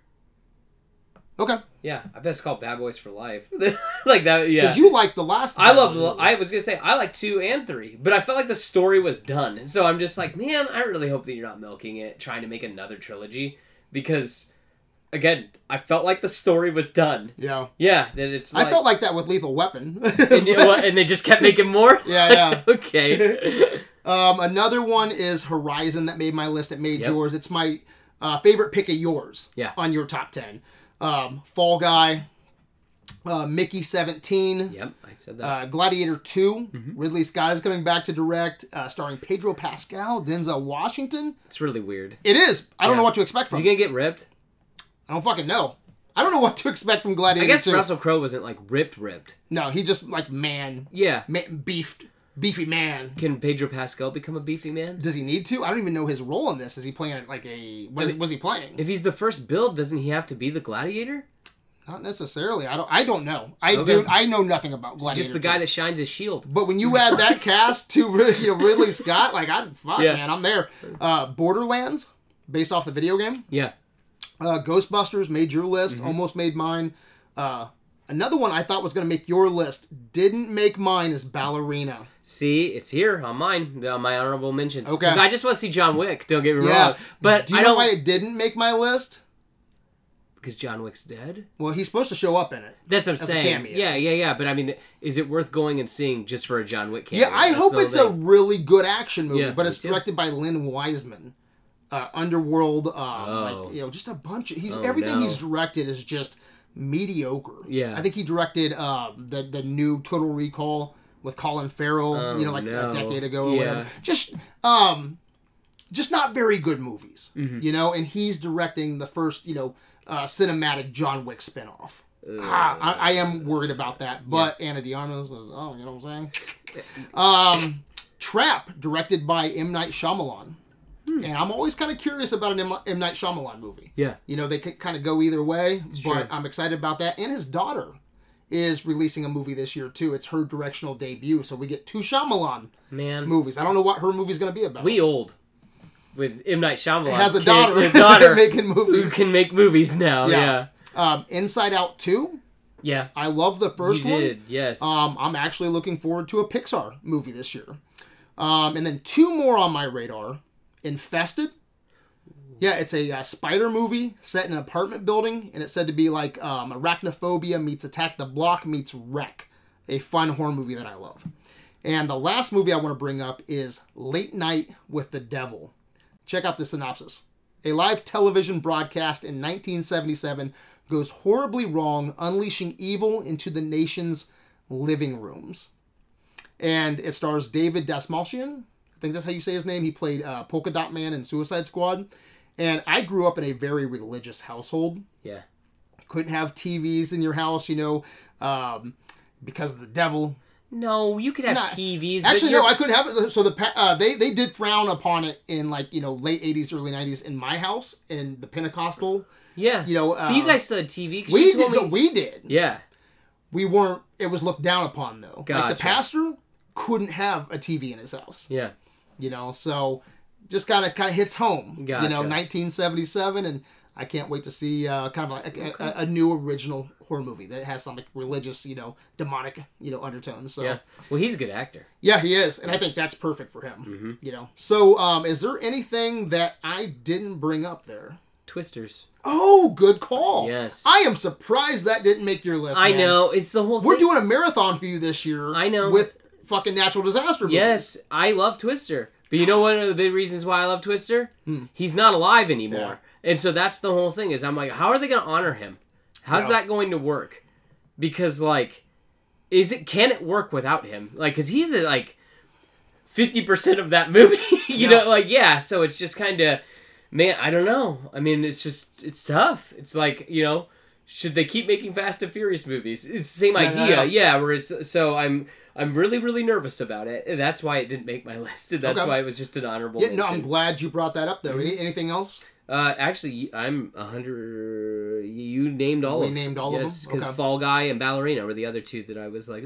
Okay. Yeah, I bet it's called Bad Boys for Life. like that. Yeah. Because you like the last. I Bad love. Boys the- movie. I was gonna say I like two and three, but I felt like the story was done, and so I'm just like, man, I really hope that you're not milking it, trying to make another trilogy, because, again, I felt like the story was done. Yeah. Yeah, that it's. Like, I felt like that with Lethal Weapon. and, you know what, and they just kept making more. Yeah, yeah. okay. Um, another one is Horizon that made my list. It made Yep. yours. It's my uh, favorite pick of yours. Yeah. On your top ten, um, Fall Guy, uh, Mickey 17, Yep, Mm-hmm. I said that. uh, Gladiator 2, Ridley Scott is coming back to direct, uh, starring Pedro Pascal, Denzel Washington. it's really weird. It is. I don't know Yeah. what to expect Is from he it. gonna get ripped? I don't fucking know. I don't know what to expect from Gladiator I guess 2. Russell Crowe wasn't like ripped, ripped. No, he just, like, man. Yeah. ma- beefed. Beefy man. Can Pedro Pascal become a beefy man? Does he need to? I don't even know his role in this. Is he playing, like, a. What is, was he playing? If he's the first build, doesn't he have to be the gladiator? Not necessarily. I don't. I don't know. I Okay. dude. I know nothing about He's Gladiator. just the guy 2. that shines his shield. But when you add that cast to Rid- you know Ridley Scott, like I fuck Yeah. man, I'm there. Uh, Borderlands, based off the video game. Yeah. Uh, Ghostbusters made your list, Mm-hmm. almost made mine. Uh, another one I thought was gonna make your list didn't make mine is Ballerina. See, it's here on mine, on my honorable mentions. Okay. Because I just want to see John Wick. Don't get me Yeah. wrong. But Do you I know don't why it didn't make my list? because John Wick's dead. Well, he's supposed to show up in it. That's what I'm As a saying. cameo. Yeah, yeah, yeah. But I mean, is it worth going and seeing just for a John Wick cameo? Yeah, I That's hope the whole it's a thing. really good action movie, Yeah, but me it's too. directed by Lynn Wiseman. Uh, Underworld, um, Oh. like, you know, just a bunch of he's everything no. he's directed is just mediocre. Yeah. I think he directed um, the the new Total Recall with Colin Farrell, you know, like a Oh, no. decade ago or Yeah. whatever. Just um, just not very good movies, Mm-hmm. you know. And he's directing the first, you know, uh, cinematic John Wick spinoff. Ah, I, I am worried about that, but Anna De Armas, is- oh, you know what I'm saying? Um, Trap, directed by M. Night Shyamalan. And I'm always kind of curious about an M. M. Night Shyamalan movie. Hmm. Yeah. You know, they could kind of go either way, but true. I'm excited about that. And his daughter is releasing a movie this year, too. It's her directional debut, so we get two Shyamalan Man, movies. I don't know what her movie's going to be about. we old with M Night Shyamalan. it has a kid- daughter, A daughter making who movies. can make movies now. Yeah. Yeah. Um, Inside Out 2. Yeah. I love the first you one. did. Yes. Um, I'm actually looking forward to a Pixar movie this year. Um, and then two more on my radar Infested. Yeah, it's a uh, spider movie set in an apartment building, and it's said to be like um, Arachnophobia meets Attack the Block meets Wreck, a fun horror movie that I love. And the last movie I want to bring up is Late Night with the Devil. Check out the synopsis. A live television broadcast in 1977 goes horribly wrong, unleashing evil into the nation's living rooms. And it stars David Dasmalchian. I think that's how you say his name. He played uh, Polka Dot Man in Suicide Squad. And I grew up in a very religious household yeah. couldn't have TVs in your house, you know, um, because of the devil. No, you could have Nah, TVs. but Actually, you're- no, I could have it. So the pa- uh, they they did frown upon it in like you know late '80s, early '90s in my house in the Pentecostal. Yeah. You know, uh, But you guys saw TV. 'cause we you did. told so me- we did. yeah. We weren't. It was looked down upon though. Like Gotcha. the pastor couldn't have a TV in his house. Yeah. You know, so just kind of kind of hits home. You know, Gotcha. 1977 and. I can't wait to see uh, kind of like a, a, a new original horror movie that has some like religious, you know, demonic, you know, undertones. So Yeah. Well, he's a good actor. Yeah, he is, and I think that's perfect for him. Mm-hmm. You know. So, um, is there anything that I didn't bring up there? Twisters. Oh, good call. Yes. I am surprised that didn't make your list. I man. know. It's the whole We're thing. doing a marathon for you this year. I know. With fucking natural disaster. Movies. Yes, I love Twister. But you know one of the big reasons why I love Twister? Hmm. He's not alive anymore. And so that's the whole thing is I'm like, how are they gonna honor him? How's Yeah. that going to work? Because like is it can it work without him? Like cause he's uh, like fifty percent of that movie. you Yeah. know, like yeah, so it's just kinda man, I don't know. I mean it's just it's tough. It's like, you know, should they keep making Fast and Furious movies? It's the same Yeah, idea, yeah. yeah. Where it's so I'm I'm really really nervous about it. And that's why it didn't make my list. And that's Okay. why it was just an honorable. Yeah, no, I'm mention. glad you brought that up though. Mm-hmm. Any, anything else? uh, actually, I'm a hundred. You named all. We of named all of them? because Okay. Fall Guy and Ballerina were the other two that I was like,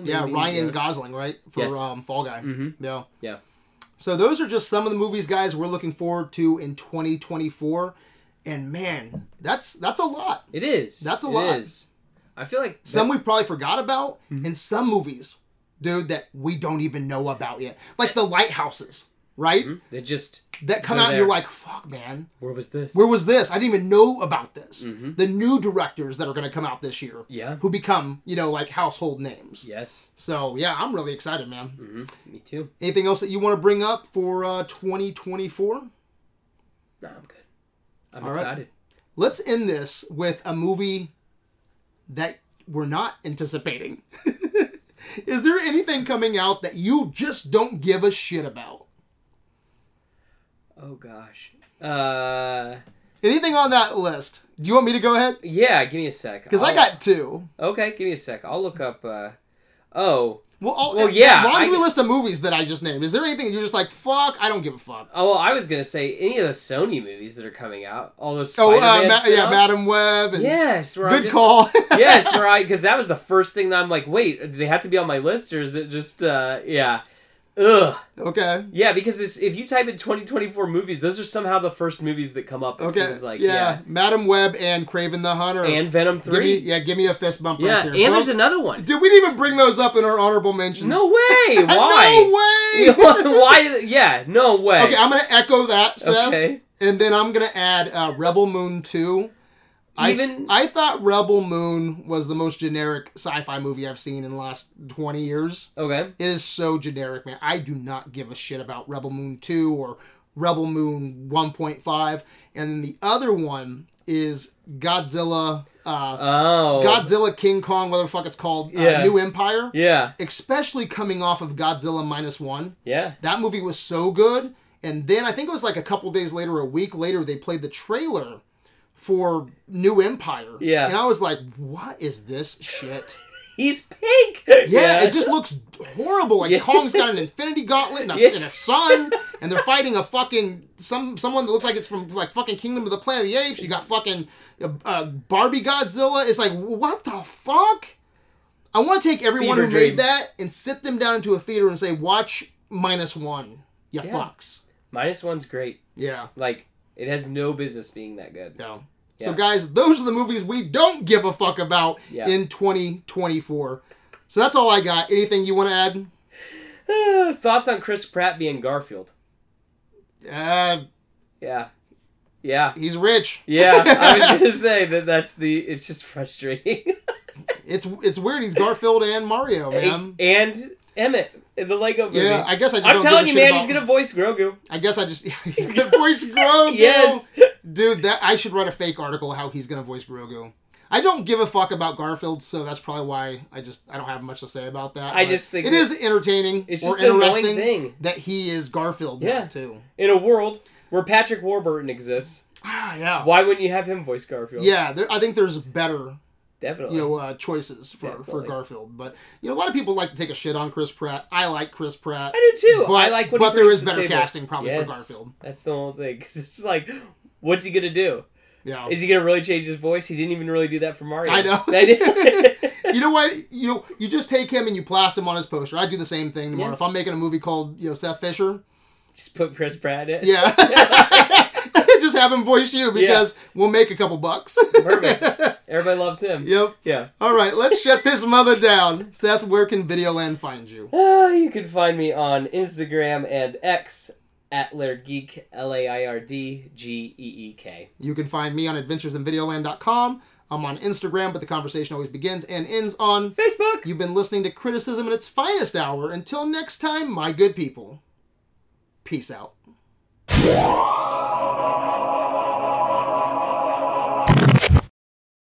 Yeah, maybe, uh, Ryan yeah. Gosling, right? For Yes. Mm. um, Fall Guy. Mm-hmm. Yeah. Yeah. So those are just some of the movies, guys. We're looking forward to in 2024, and man, that's that's a lot. It is. That's a It lot. is. I feel like Some we probably forgot about, Mm-hmm. and some movies, dude, that we don't even know about yet. Like the lighthouses, right? they just That come Eh. Mm-hmm. They're out and you're there. like, fuck, man, where was this? where was this? I didn't even know about this. The new directors that are going to come out this year, Yeah. who become, you know, like household names. yes, So, yeah, I'm really excited, man. me too. Anything else that you want to bring up for uh, 2024? No, I'm good. I'm All right. excited. Let's end this with a movie that we're not anticipating. Is there anything coming out that you just don't give a shit about? Oh gosh. Uh, Anything on that list? Do you want me to go ahead? yeah. Give me a sec. Because I I'll- got two. Okay, give me a sec. I'll look up. Uh, oh, Well, all, Well, that yeah, laundry I- list of movies that I just named. Is there anything that you're just like, fuck? I don't give a fuck. oh. Well, I was gonna say any of the Sony movies that are coming out. All those. Oh, uh, Spider-Man Ma- yeah, spin-offs? Madam Web. And Yes. Where I'm good just- call. yes, right. Because that was the first thing that I'm like, wait, do they have to be on my list, or is it just, uh, yeah, ugh, okay. yeah? Because it's, if you type in 2024 movies, those are somehow the first movies that come up. It Okay. seems like, yeah. Madam Web and Craven the Hunter. yeah. and Venom give me, three, yeah, give me a fist bump yeah, right there. and Bump- there's another one. Dude, we didn't even bring those up in our honorable mentions. No way! no Why? way. Why? did- Yeah, no way. Okay, I'm gonna echo that, Seth, Okay. and then I'm gonna add uh, Rebel Moon Two. Even- I, I thought Rebel Moon was the most generic sci-fi movie I've seen in the last 20 years. Okay. It is so generic, man. I do not give a shit about Rebel Moon 2 or Rebel Moon 1.5. And then the other one is Godzilla, uh, Oh. Godzilla King Kong, whatever the fuck it's called, uh, Yeah. New Empire. Yeah. Especially coming off of Godzilla Minus One. Yeah. That movie was so good. And then I think it was like a couple days later, a week later, they played the trailer for New Empire. Yeah. And I was like, what is this shit? He's pink. Yeah, it just looks horrible. Like Yeah. Kong's got an infinity gauntlet and a, Yeah. and a sun, and they're fighting a fucking some someone that looks like it's from like fucking Kingdom of the Planet of the Apes. You got fucking uh, uh, Barbie Godzilla. It's like what the fuck? I want to take everyone Fever who dream. made that and sit them down into a theater and say, "Watch minus one, you Yeah. fucks." Minus one's great. Yeah. Like it has no business being that good. No. So Yeah. guys, those are the movies we don't give a fuck about Yeah. in 2024. So that's all I got. Anything you want to add? Ah, Thoughts on Chris Pratt being Garfield? Uh, Yeah. Yeah. he's rich. Yeah. I was gonna say that. That's the. It's just frustrating. It's it's weird. He's Garfield and Mario, man. and Emmett in the Lego movie. Yeah, I guess I just. I'm don't telling you, give a shit man, about- he's gonna voice Grogu. I guess I just. he's gonna voice Grogu. Yes. dude, that I should write a fake article how he's gonna voice Grogu. I don't give a fuck about Garfield, so that's probably why I just I don't have much to say about that. I but just think it that- is entertaining It's or just an annoying interesting thing. that he is Garfield. now, Yeah. too. In a world where Patrick Warburton exists, Ah, yeah, why wouldn't you have him voice Garfield? yeah. There, I think there's better Definitely. you know uh, choices for for Definitely. Garfield, but you know a lot of people like to take a shit on Chris Pratt. I like Chris Pratt. I do too. But- I like what. he but there brings is to better the table. casting probably for Garfield. That's the whole thing because it's like, what's he gonna do? Yeah. Is he gonna really change his voice? He didn't even really do that for Mario. Oh. I know. That- you know what? You know, you just take him and you plaster him on his poster. I do the same thing tomorrow. Yeah. If I'm making a movie called you know Seth Fisher, Just put Chris Pratt in. yeah, just have him voice you because we'll make a couple bucks. Perfect. Everybody loves him. yep. Yeah. All right, let's shut this mother down. Seth, where can Videoland find you? Ah, you can find me on Instagram and X at Laird Geek L A I R D G E E K. You can find me on adventuresinvideoland.com. I'm on Instagram, but the conversation always begins and ends on. Facebook. You've been listening to Criticism in its finest hour. Until next time, my good people. Peace out.